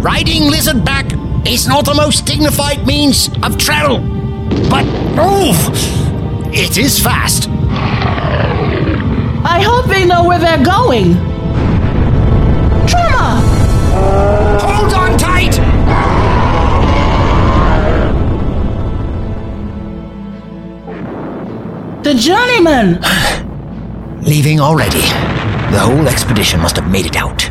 riding lizardback is not the most dignified means of travel, but oof, it is fast. I hope they know where they're going. Trauma! Hold on tight. The journeyman! Leaving already. The whole expedition must have made it out.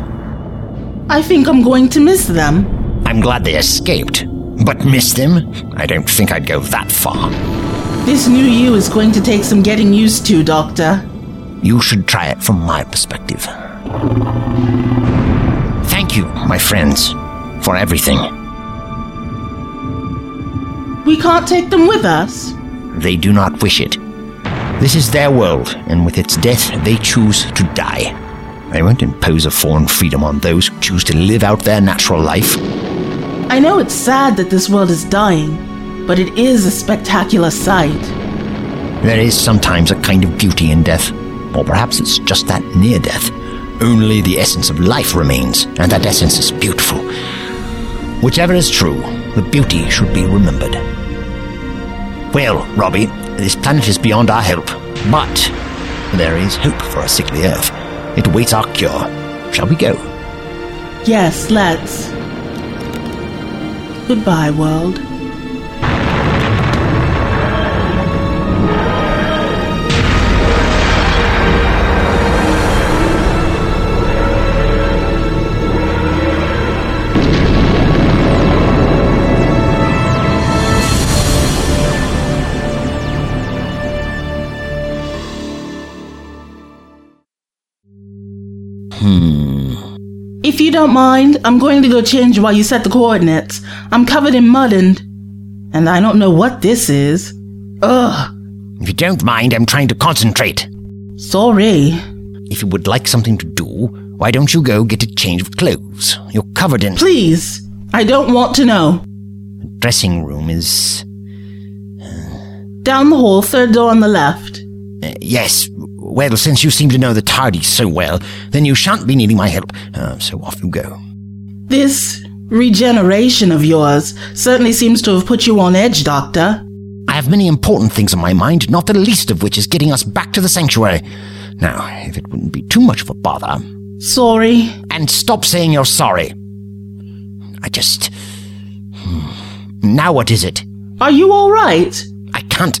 I think I'm going to miss them. I'm glad they escaped, but miss them? I don't think I'd go that far. This new you is going to take some getting used to, Doctor. You should try it from my perspective. Thank you, my friends, for everything. We can't take them with us. They do not wish it. This is their world, and with its death, they choose to die. I won't impose a foreign freedom on those who choose to live out their natural life. I know it's sad that this world is dying, but it is a spectacular sight. There is sometimes a kind of beauty in death, or perhaps it's just that near death. Only the essence of life remains, and that essence is beautiful. Whichever is true, the beauty should be remembered. Well, Robbie, this planet is beyond our help, but there is hope for a sickly Earth. It awaits our cure. Shall we go? Yes, let's. Goodbye, world. If you don't mind, I'm going to go change while you set the coordinates. I'm covered in mud and. and I don't know what this is. Ugh, If you don't mind, I'm trying to concentrate. sorry. If you would like something to do, why don't you go get a change of clothes? You're covered in. Please, I don't want to know. Dressing room is. Down the hall, third door on the left. Uh, yes. Well, since you seem to know the tardy so well, then you shan't be needing my help. Uh, so off you go. This regeneration of yours certainly seems to have put you on edge, Doctor. I have many important things on my mind, not the least of which is getting us back to the sanctuary. Now, if it wouldn't be too much of a bother, Sorry. and stop saying you're sorry. I just. Hmm. Now what is it? Are you alright? I can't.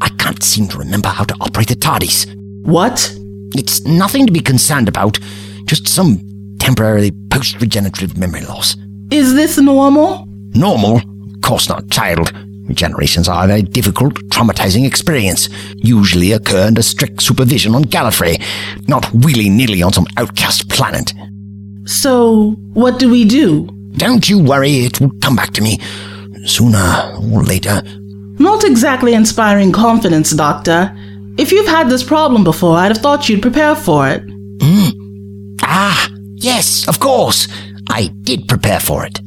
I can't seem to remember how to operate the TARDIS. What? It's nothing to be concerned about, just some temporary post regenerative memory loss. Is this normal? Normal? Of course not, child. Regenerations are a very difficult, traumatizing experience, usually occur under strict supervision on Gallifrey, not willy nilly on some outcast planet. So, what do we do? Don't you worry, it will come back to me. Sooner or later. Not exactly inspiring confidence, Doctor. If you've had this problem before, I'd have thought you'd prepare for it. Ah, yes, of course. I did prepare for it.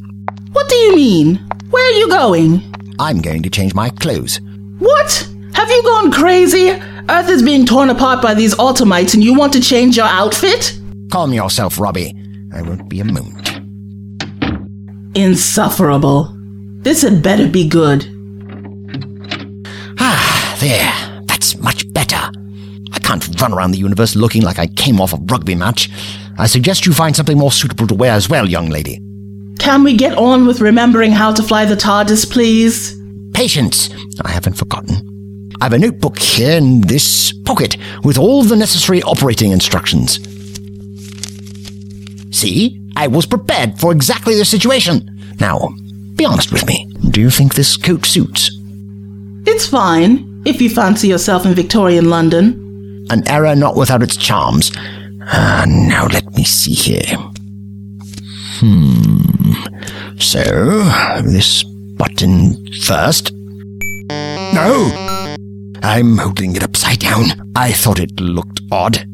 What do you mean? Where are you going? I'm going to change my clothes. What? Have you gone crazy? Earth is being torn apart by these automites and you want to change your outfit? Calm yourself, Robbie. I won't be a moment. Insufferable. This had better be good. Ah, there. That's much better. I can't run around the universe looking like I came off a rugby match. I suggest you find something more suitable to wear as well, young lady. Can we get on with remembering how to fly the TARDIS, please? Patience. I haven't forgotten. I have a notebook here in this pocket with all the necessary operating instructions. See, I was prepared for exactly this situation. Now, be honest with me. Do you think this coat suits? It's fine, if you fancy yourself in Victorian London. An error not without its charms. Ah, now let me see here. Hmm. So, this button first. No! I'm holding it upside down. I thought it looked odd.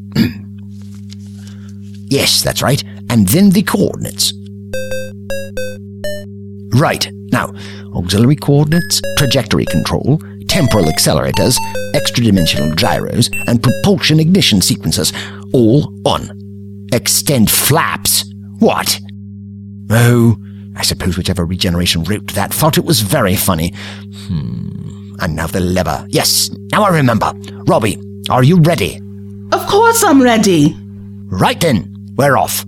yes, that's right. And then the coordinates. Right. Now, auxiliary coordinates, trajectory control, temporal accelerators, extra dimensional gyros, and propulsion ignition sequences. All on. Extend flaps. What? though I suppose whichever regeneration route that thought it was very funny. Hmm. And now the lever. Yes, now I remember. Robbie, are you ready? Of course I'm ready. Right then, we're off.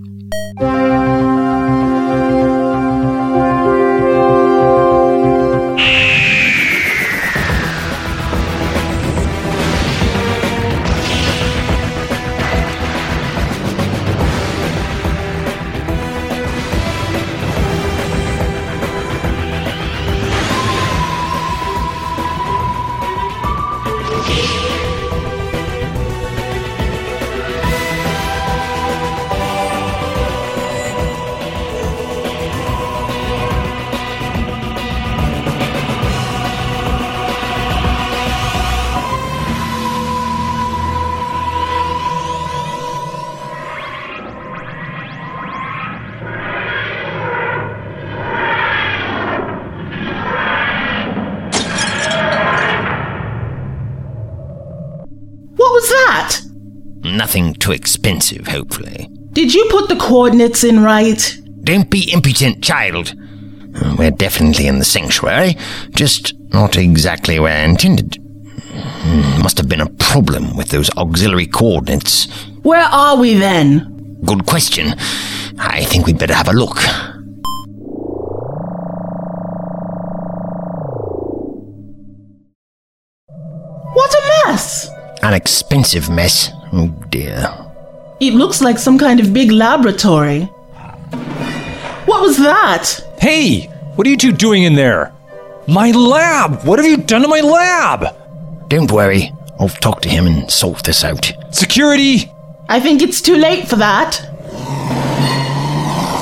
What was that? Nothing too expensive, hopefully. Did you put the coordinates in right? Don't be impudent, child. We're definitely in the sanctuary, just not exactly where intended. Hmm, Must have been a problem with those auxiliary coordinates. Where are we then? Good question. I think we'd better have a look. What a mess! An expensive mess. Oh dear. It looks like some kind of big laboratory. What was that? Hey, what are you two doing in there? My lab! What have you done to my lab? Don't worry, I'll talk to him and sort this out. Security! I think it's too late for that.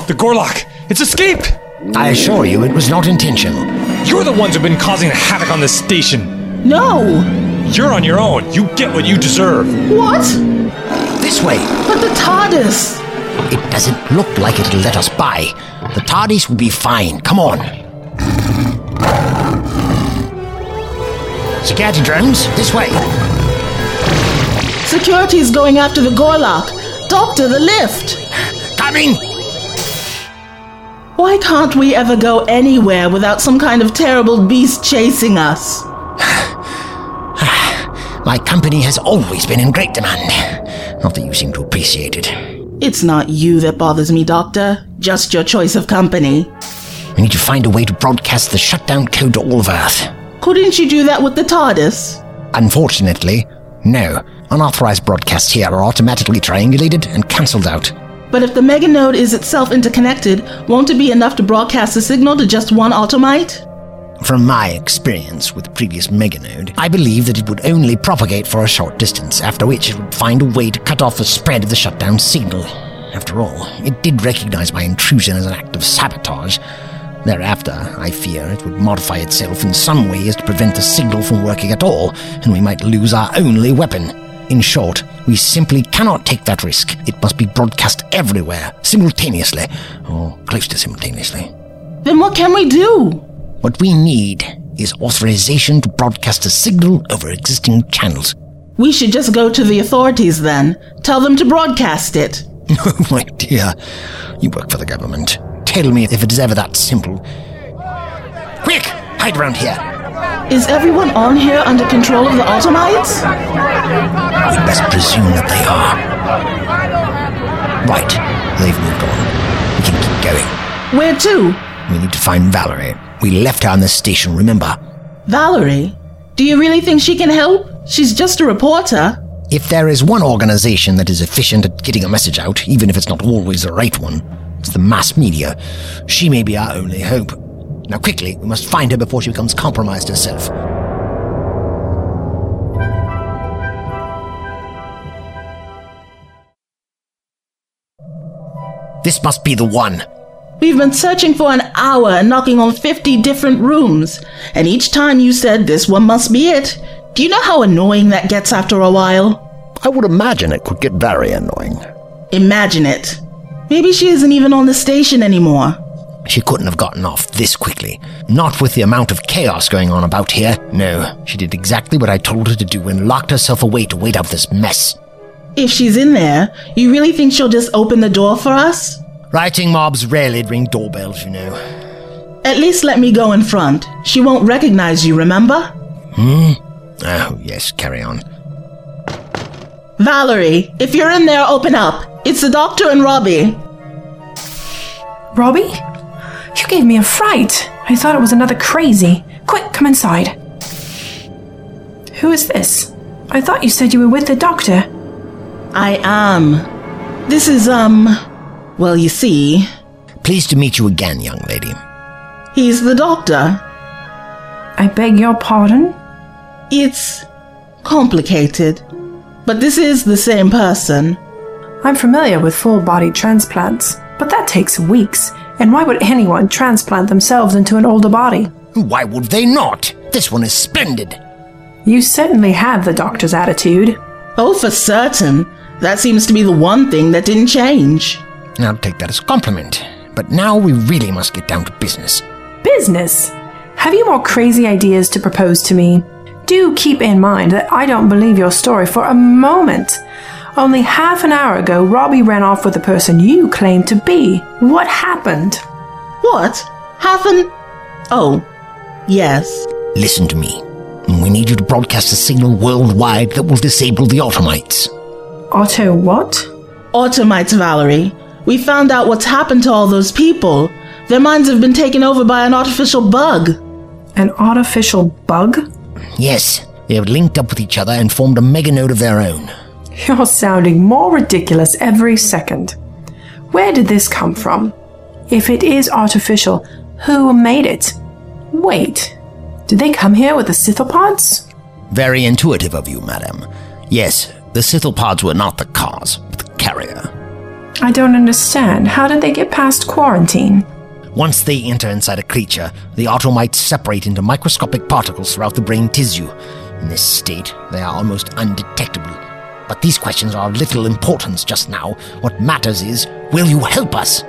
The Gorlock! It's escaped! I assure you it was not intentional. You're the ones who've been causing the havoc on this station! No! You're on your own! You get what you deserve! What? This way! But the TARDIS! It doesn't look like it'll let us by. The TARDIS will be fine. Come on. Security drones, this way. Security is going after the Gorlock. Doctor, the lift! Coming! Why can't we ever go anywhere without some kind of terrible beast chasing us? My company has always been in great demand. Not that you seem to appreciate it. It's not you that bothers me, Doctor. Just your choice of company. We need to find a way to broadcast the shutdown code to all of Earth. Couldn't you do that with the TARDIS? Unfortunately, no. Unauthorized broadcasts here are automatically triangulated and cancelled out. But if the mega node is itself interconnected, won't it be enough to broadcast the signal to just one automite? From my experience with the previous meganode, I believe that it would only propagate for a short distance, after which it would find a way to cut off the spread of the shutdown signal. After all, it did recognize my intrusion as an act of sabotage. Thereafter, I fear it would modify itself in some way as to prevent the signal from working at all, and we might lose our only weapon. In short, we simply cannot take that risk. It must be broadcast everywhere, simultaneously, or close to simultaneously. Then what can we do? What we need is authorization to broadcast a signal over existing channels. We should just go to the authorities then. Tell them to broadcast it. oh, my dear. You work for the government. Tell me if it is ever that simple. Quick! Hide round here. Is everyone on here under control of the automites? We best presume that they are. Right. They've moved on. We can keep going. Where to? We need to find Valerie. We left her on the station, remember? Valerie? Do you really think she can help? She's just a reporter. If there is one organization that is efficient at getting a message out, even if it's not always the right one, it's the mass media. She may be our only hope. Now, quickly, we must find her before she becomes compromised herself. This must be the one. We've been searching for an hour and knocking on 50 different rooms, and each time you said this one must be it. Do you know how annoying that gets after a while? I would imagine it could get very annoying. Imagine it. Maybe she isn't even on the station anymore. She couldn't have gotten off this quickly. Not with the amount of chaos going on about here. No, she did exactly what I told her to do and locked herself away to wait out this mess. If she's in there, you really think she'll just open the door for us? Writing mobs rarely ring doorbells, you know. At least let me go in front. She won't recognize you, remember? Oh, yes, carry on. Valerie, if you're in there, open up. It's the doctor and Robbie. Robbie? You gave me a fright. I thought it was another crazy. Quick, come inside. Who is this? I thought you said you were with the doctor. I am. This is, um, well, you see, Pleased to meet you again, young lady. he's the doctor. I beg your pardon? It's complicated, but this is the same person. I'm familiar with full body transplants, but that takes weeks. And why would anyone transplant themselves into an older body? Why would they not? This one is splendid. You certainly have the doctor's attitude. Oh, for certain. That seems to be the one thing that didn't change. I'll take that as a compliment. But now we really must get down to business. Business! Have you more crazy ideas to propose to me? Do keep in mind that I don't believe your story for a moment. Only half an hour ago, Robbie ran off with the person you claimed to be. What happened? What? Half an. Oh, yes. Listen to me. We need you to broadcast a signal worldwide that will disable the automites. Otto, what? Automites, Valerie. We found out what's happened to all those people. Their minds have been taken over by an artificial bug. An artificial bug? Yes, they have linked up with each other and formed a meganode of their own. You're sounding more ridiculous every second. Where did this come from? If it is artificial, who made it? Wait, did they come here with the Scythopods? Very intuitive of you, madam. Yes, the Scythopods were not the cause, but the carrier. I don't understand. How did they get past quarantine? Once they enter inside a creature, the automites separate into microscopic particles throughout the brain tissue. In this state, they are almost undetectable. But these questions are of little importance just now. What matters is, will you help us?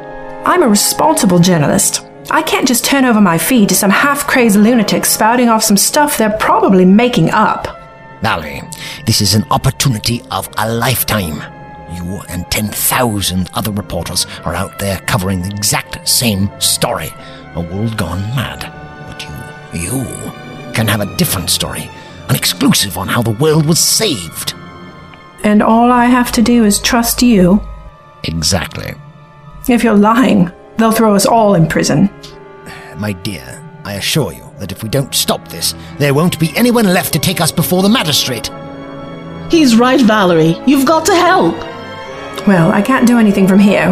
I'm a responsible journalist. I can't just turn over my feed to some half crazed lunatic spouting off some stuff they're probably making up. Valerie, this is an opportunity of a lifetime. You and 10,000 other reporters are out there covering the exact same story. A world gone mad. But you, you can have a different story, an exclusive on how the world was saved. And all I have to do is trust you. Exactly. If you're lying, they'll throw us all in prison. My dear, I assure you that if we don't stop this, there won't be anyone left to take us before the magistrate. He's right, Valerie. You've got to help. Well, I can't do anything from here.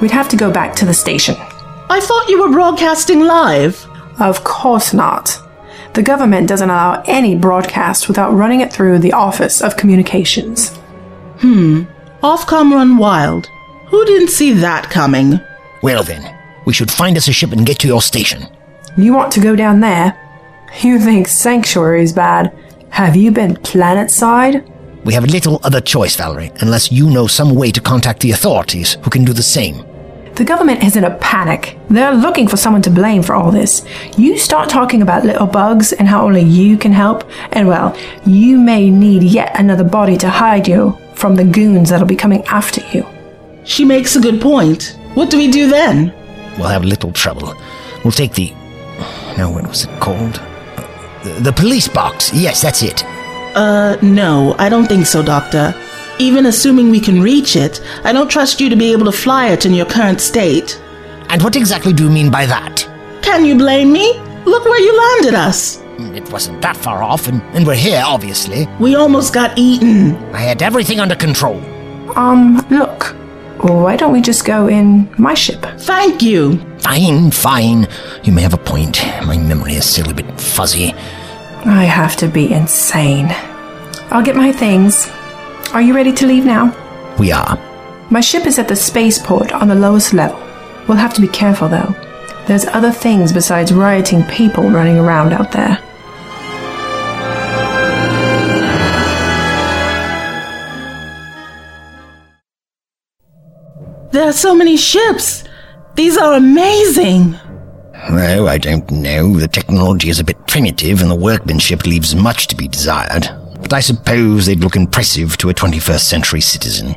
We'd have to go back to the station. I thought you were broadcasting live. Of course not. The government doesn't allow any broadcast without running it through the Office of Communications. Ofcom run wild. Who didn't see that coming? Well then, we should find us a ship and get to your station. You want to go down there? You think Sanctuary is bad? Have you been planet side? We have little other choice, Valerie, unless you know some way to contact the authorities who can do the same. The government is in a panic. They're looking for someone to blame for all this. You start talking about little bugs and how only you can help, and well, you may need yet another body to hide you from the goons that'll be coming after you. She makes a good point. What do we do then? We'll have little trouble. We'll take the. No, what was it called? Uh, The, the police box. Yes, that's it. Uh, no, I don't think so, Doctor. Even assuming we can reach it, I don't trust you to be able to fly it in your current state. And what exactly do you mean by that? Can you blame me? Look where you landed us. Mm, It wasn't that far off, and, and we're here, obviously. We almost got eaten. I had everything under control. Um, look, why don't we just go in my ship? Thank you. Fine, fine. You may have a point. My memory is still a bit fuzzy. I have to be insane. I'll get my things. Are you ready to leave now? We are. My ship is at the spaceport on the lowest level. We'll have to be careful though. There's other things besides rioting people running around out there. There are so many ships. These are amazing. Though I don't know, the technology is a bit primitive and the workmanship leaves much to be desired. But I suppose they'd look impressive to a 21st century citizen.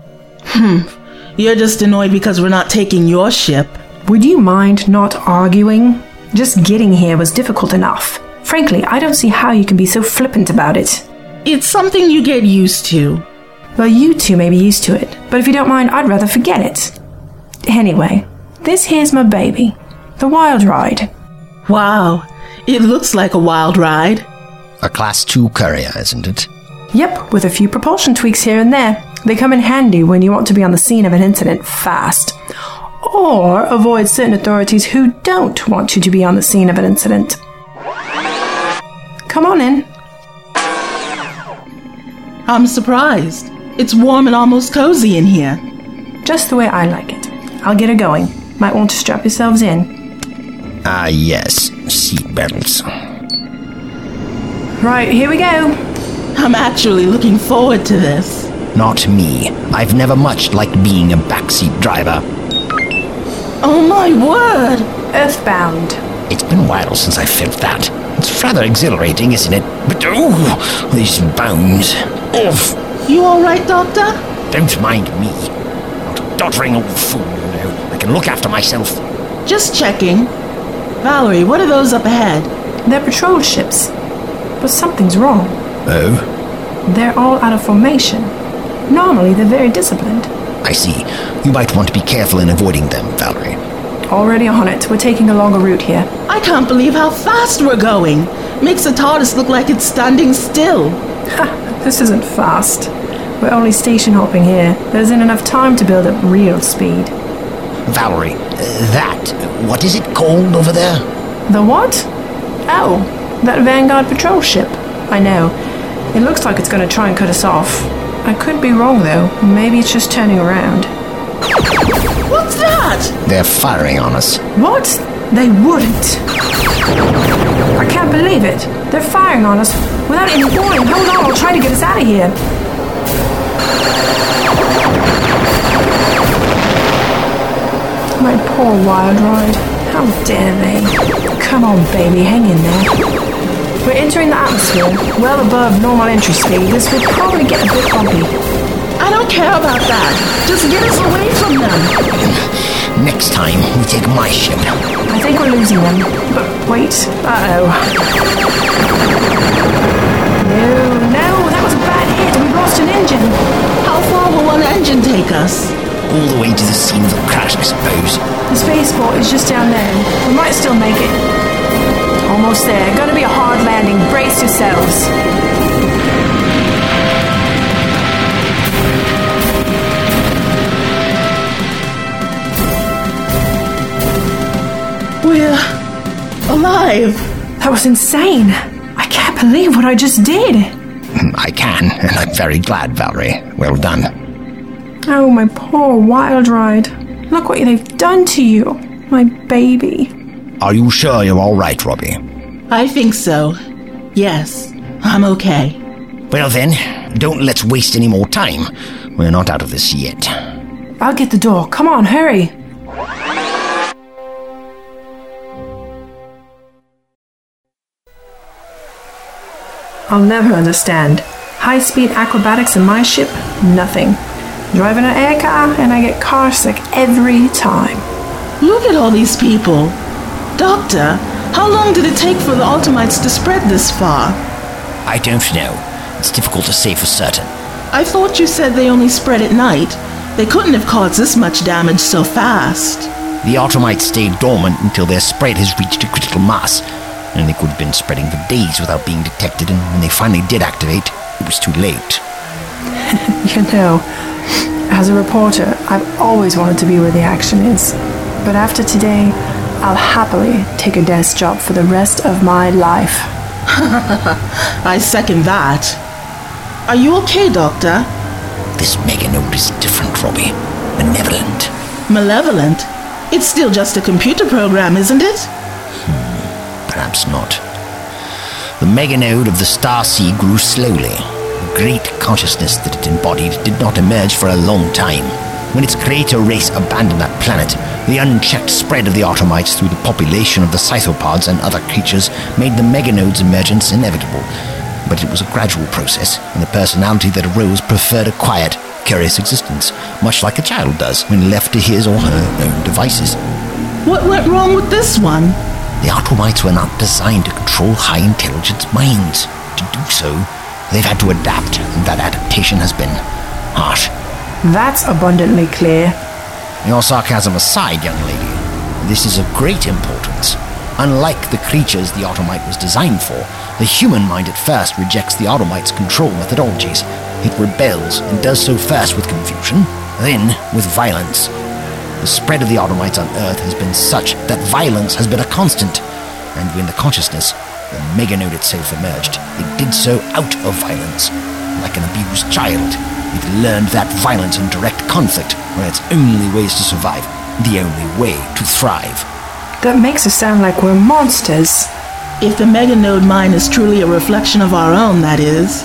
You're just annoyed because we're not taking your ship. Would you mind not arguing? Just getting here was difficult enough. Frankly, I don't see how you can be so flippant about it. It's something you get used to. Well, you two may be used to it, but if you don't mind, I'd rather forget it. Anyway, this here's my baby, the Wild Ride. Wow, it looks like a wild ride. A Class 2 courier, isn't it? Yep, with a few propulsion tweaks here and there. They come in handy when you want to be on the scene of an incident fast. Or avoid certain authorities who don't want you to be on the scene of an incident. Come on in. I'm surprised. It's warm and almost cozy in here. Just the way I like it. I'll get her going. Might want to strap yourselves in. Ah, yes, seat belts. Right, here we go. I'm actually looking forward to this. Not me. I've never much liked being a backseat driver. Oh my word! Earthbound. It's been a while since I felt that. It's rather exhilarating, isn't it? But oh, these bones. Oof! You alright, Doctor? Don't mind me. Not a doddering old fool, you know. I can look after myself. Just checking. Valerie, what are those up ahead? They're patrol ships. But something's wrong. Oh, They're all out of formation. Normally, they're very disciplined. I see. You might want to be careful in avoiding them, Valerie. Already on it. We're taking a longer route here. I can't believe how fast we're going. Makes the TARDIS look like it's standing still. This isn't fast. We're only station hopping here. There isn't enough time to build up real speed. Valerie, uh, that, what is it called over there? The what? Oh, that Vanguard patrol ship. I know. It looks like it's going to try and cut us off. I could be wrong though. Maybe it's just turning around. What's that? They're firing on us. What? They wouldn't. I can't believe it. They're firing on us without any warning. Hold on, I'll try to get us out of here. My poor wild ride. How dare they? Come on, baby, hang in there. We're entering the atmosphere, well above normal entry speed. This will probably get a bit bumpy. I don't care about that. Just get us away from them. Next time, we take my ship. I think we're losing them. But wait. Uh oh. No, no, that was a bad hit. We've lost an engine. How far will one engine take us? All the way to the scene of the crash, I suppose. The spaceport is just down there. We might still make it. Almost there. Gonna be a hard landing. Brace yourselves. We're alive. That was insane. I can't believe what I just did. Hmm, I can, and I'm very glad, Valerie. Well done. Oh, my poor wild ride. Look what they've done to you. My baby. Are you sure you're all right, Robbie? I think so. Yes, I'm okay. Well then, don't let's waste any more time. We're not out of this yet. I'll get the door. Come on, hurry. I'll never understand. High speed acrobatics in my ship? Nothing. Driving an air car, and I get car sick every time. Look at all these people. Doctor, how long did it take for the Ultimites to spread this far? I don't know. It's difficult to say for certain. I thought you said they only spread at night. They couldn't have caused this much damage so fast. The Automites stayed dormant until their spread has reached a critical mass, and they could have been spreading for days without being detected, and when they finally did activate, it was too late. You know, as a reporter, I've always wanted to be where the action is. But after today, I'll happily take a desk job for the rest of my life. I second that. Are you okay, Doctor? This Meganode is different, Robbie. Benevolent. Malevolent? It's still just a computer program, isn't it? Perhaps not. The meganode of the star sea grew slowly. The great consciousness that it embodied did not emerge for a long time. When its creator race abandoned that planet, the unchecked spread of the Automites through the population of the Scythopods and other creatures made the meganode's emergence inevitable. But it was a gradual process, and the personality that arose preferred a quiet, curious existence, much like a child does when left to his or her own devices. What went wrong with this one? The Automites were not designed to control high intelligence minds. To do so, they've had to adapt, and that adaptation has been harsh. That's abundantly clear. Your sarcasm aside, young lady, this is of great importance. Unlike the creatures the automite was designed for, the human mind at first rejects the automite's control methodologies. It rebels and does so first with confusion, then with violence. The spread of the automites on Earth has been such that violence has been a constant, and when the consciousness, the meganode itself emerged, it did so out of violence. Like an abused child, it learned that violence and direct conflict were its only ways to survive, the only way to thrive. That makes us sound like we're monsters. If the meganode mind is truly a reflection of our own, that is.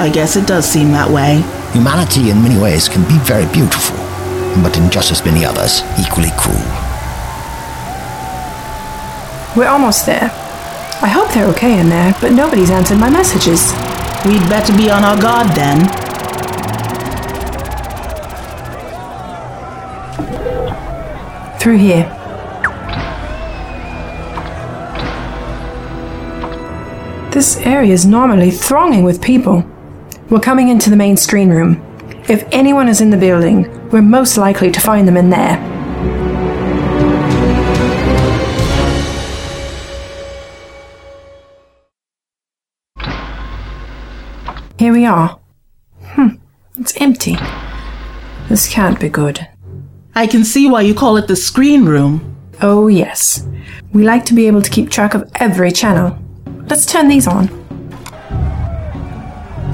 I guess it does seem that way. Humanity, in many ways, can be very beautiful, but in just as many others, equally cruel. We're almost there. I hope they're okay in there, but nobody's answered my messages. We'd better be on our guard then. Through here. This area is normally thronging with people. We're coming into the main screen room. If anyone is in the building, we're most likely to find them in there. Here we are. Hmm, it's empty. This can't be good. I can see why you call it the screen room. Oh, yes. We like to be able to keep track of every channel. Let's turn these on.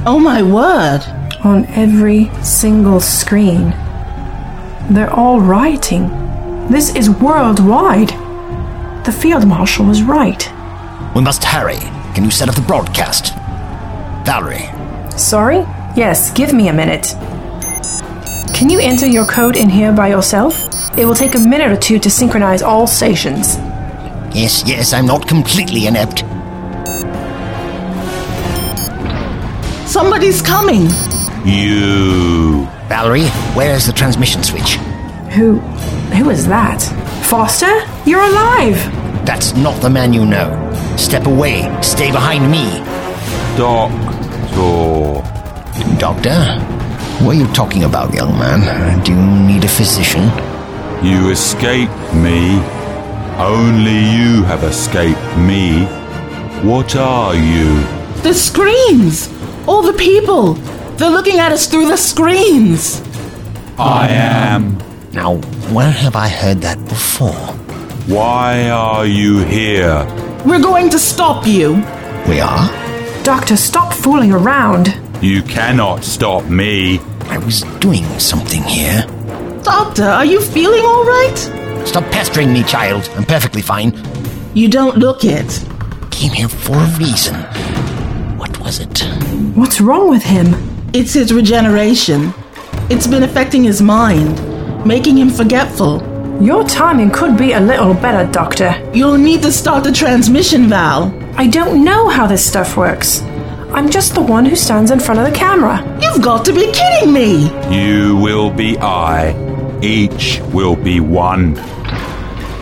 Oh my word. On every single screen. They're all rioting. This is worldwide. The field marshal was right. We must hurry. Can you set up the broadcast? Valerie, Sorry? Yes, give me a minute. Can you enter your code in here by yourself? It will take a minute or two to synchronize all stations. Yes, yes, I'm not completely inept. Somebody's coming. You. Valerie, where is the transmission switch? Who. who is that? Foster? You're alive! That's not the man you know. Step away. Stay behind me. Doctor. Doctor? What are you talking about, young man? Do you need a physician? You escaped me. Only you have escaped me. What are you? The screens! All the people! They're looking at us through the screens! I am. Now, where have I heard that before? Why are you here? We're going to stop you! We are? Doctor, stop fooling around! You cannot stop me. I was doing something here. Doctor, are you feeling alright? Stop pestering me, child. I'm perfectly fine. You don't look it. Came here for a reason. What was it? What's wrong with him? It's his regeneration. It's been affecting his mind, making him forgetful. Your timing could be a little better, Doctor. You'll need to start the transmission valve. I don't know how this stuff works. I'm just the one who stands in front of the camera. You've got to be kidding me! You will be I. Each will be one.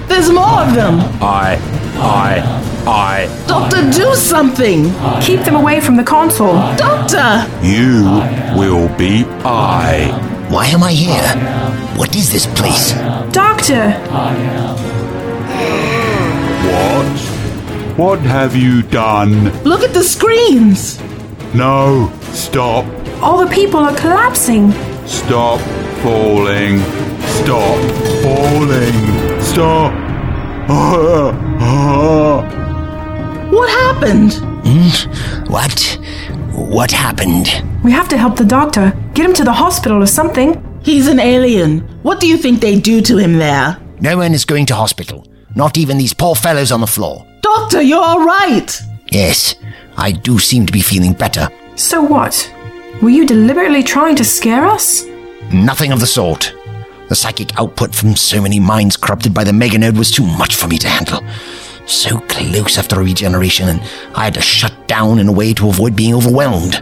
There's more of them! I. I. I. Doctor, do something! Keep them away from the console. Doctor! You will be I. Why am I here? What is this place? Doctor! What? What have you done? Look at the screens! No. Stop. All the people are collapsing. Stop falling. Stop falling. Stop. What happened? What? What happened? We have to help the doctor. Get him to the hospital or something. He's an alien. What do you think they do to him there? No one is going to hospital. Not even these poor fellows on the floor. Doctor, you're alright! Yes, I do seem to be feeling better. So what? Were you deliberately trying to scare us? Nothing of the sort. The psychic output from so many minds corrupted by the meganode was too much for me to handle. So close after regeneration, and I had to shut down in a way to avoid being overwhelmed.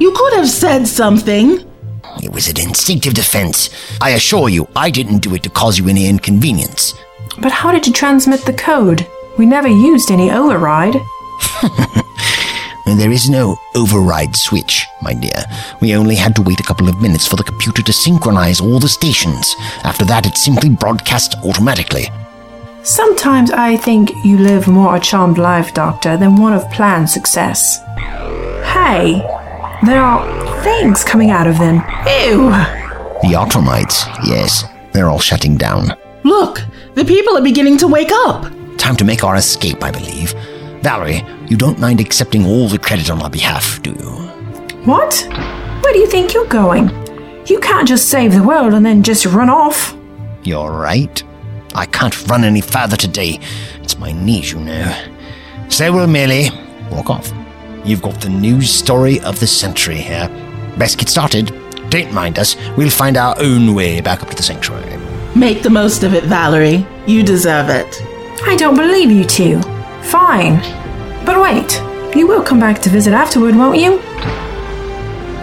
You could have said something. It was an instinctive defense. I assure you, I didn't do it to cause you any inconvenience. But how did you transmit the code? We never used any override. And There is no override switch, my dear. We only had to wait a couple of minutes for the computer to synchronize all the stations. After that, it simply broadcasts automatically. Sometimes I think you live more a charmed life, Doctor, than one of planned success. Hey, there are things coming out of them. Ew! The Automites, yes, they're all shutting down. Look, the people are beginning to wake up. Time to make our escape, I believe. Valerie, you don't mind accepting all the credit on our behalf, do you? What? Where do you think you're going? You can't just save the world and then just run off. You're right. I can't run any further today. It's my knees, you know. So we'll merely walk off. You've got the news story of the century here. Best get started. Don't mind us. We'll find our own way back up to the sanctuary. Make the most of it, Valerie. You deserve it. I don't believe you two. Fine. But wait, you will come back to visit afterward, won't you?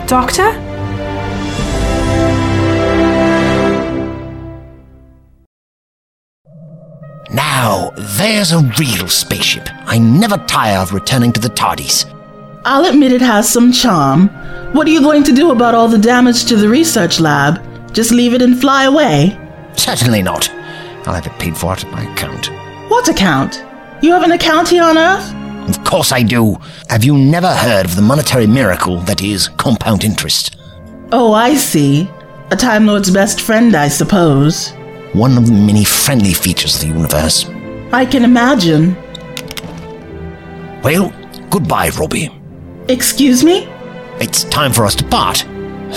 Doctor? Now, there's a real spaceship. I never tire of returning to the TARDIS. I'll admit it has some charm. What are you going to do about all the damage to the research lab? Just leave it and fly away? Certainly not. I'll have it paid for out of my account. What account? You have an account here on Earth? Of course I do. Have you never heard of the monetary miracle that is compound interest? Oh, I see. A Time Lord's best friend, I suppose. One of the many friendly features of the universe. I can imagine. Well, goodbye, Robbie. Excuse me? It's time for us to part.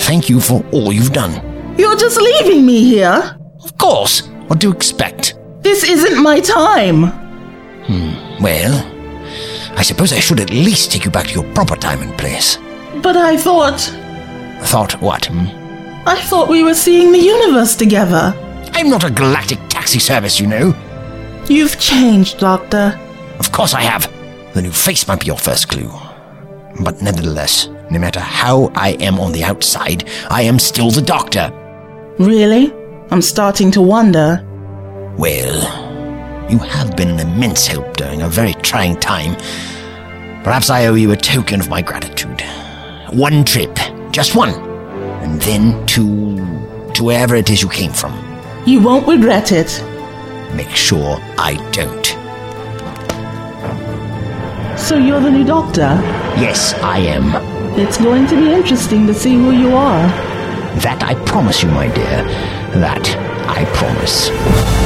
Thank you for all you've done. You're just leaving me here? Of course. What do you expect? This isn't my time. Well, I suppose I should at least take you back to your proper time and place. But I thought. Thought what? hmm? I thought we were seeing the universe together. I'm not a galactic taxi service, you know. You've changed, Doctor. Of course I have. The new face might be your first clue. But nevertheless, no matter how I am on the outside, I am still the doctor. Really? I'm starting to wonder. Well, you have been an immense help during a very trying time. Perhaps I owe you a token of my gratitude. One trip, just one, and then to. to wherever it is you came from. You won't regret it. Make sure I don't. So you're the new Doctor? Yes, I am. It's going to be interesting to see who you are. That I promise you, my dear. That I promise.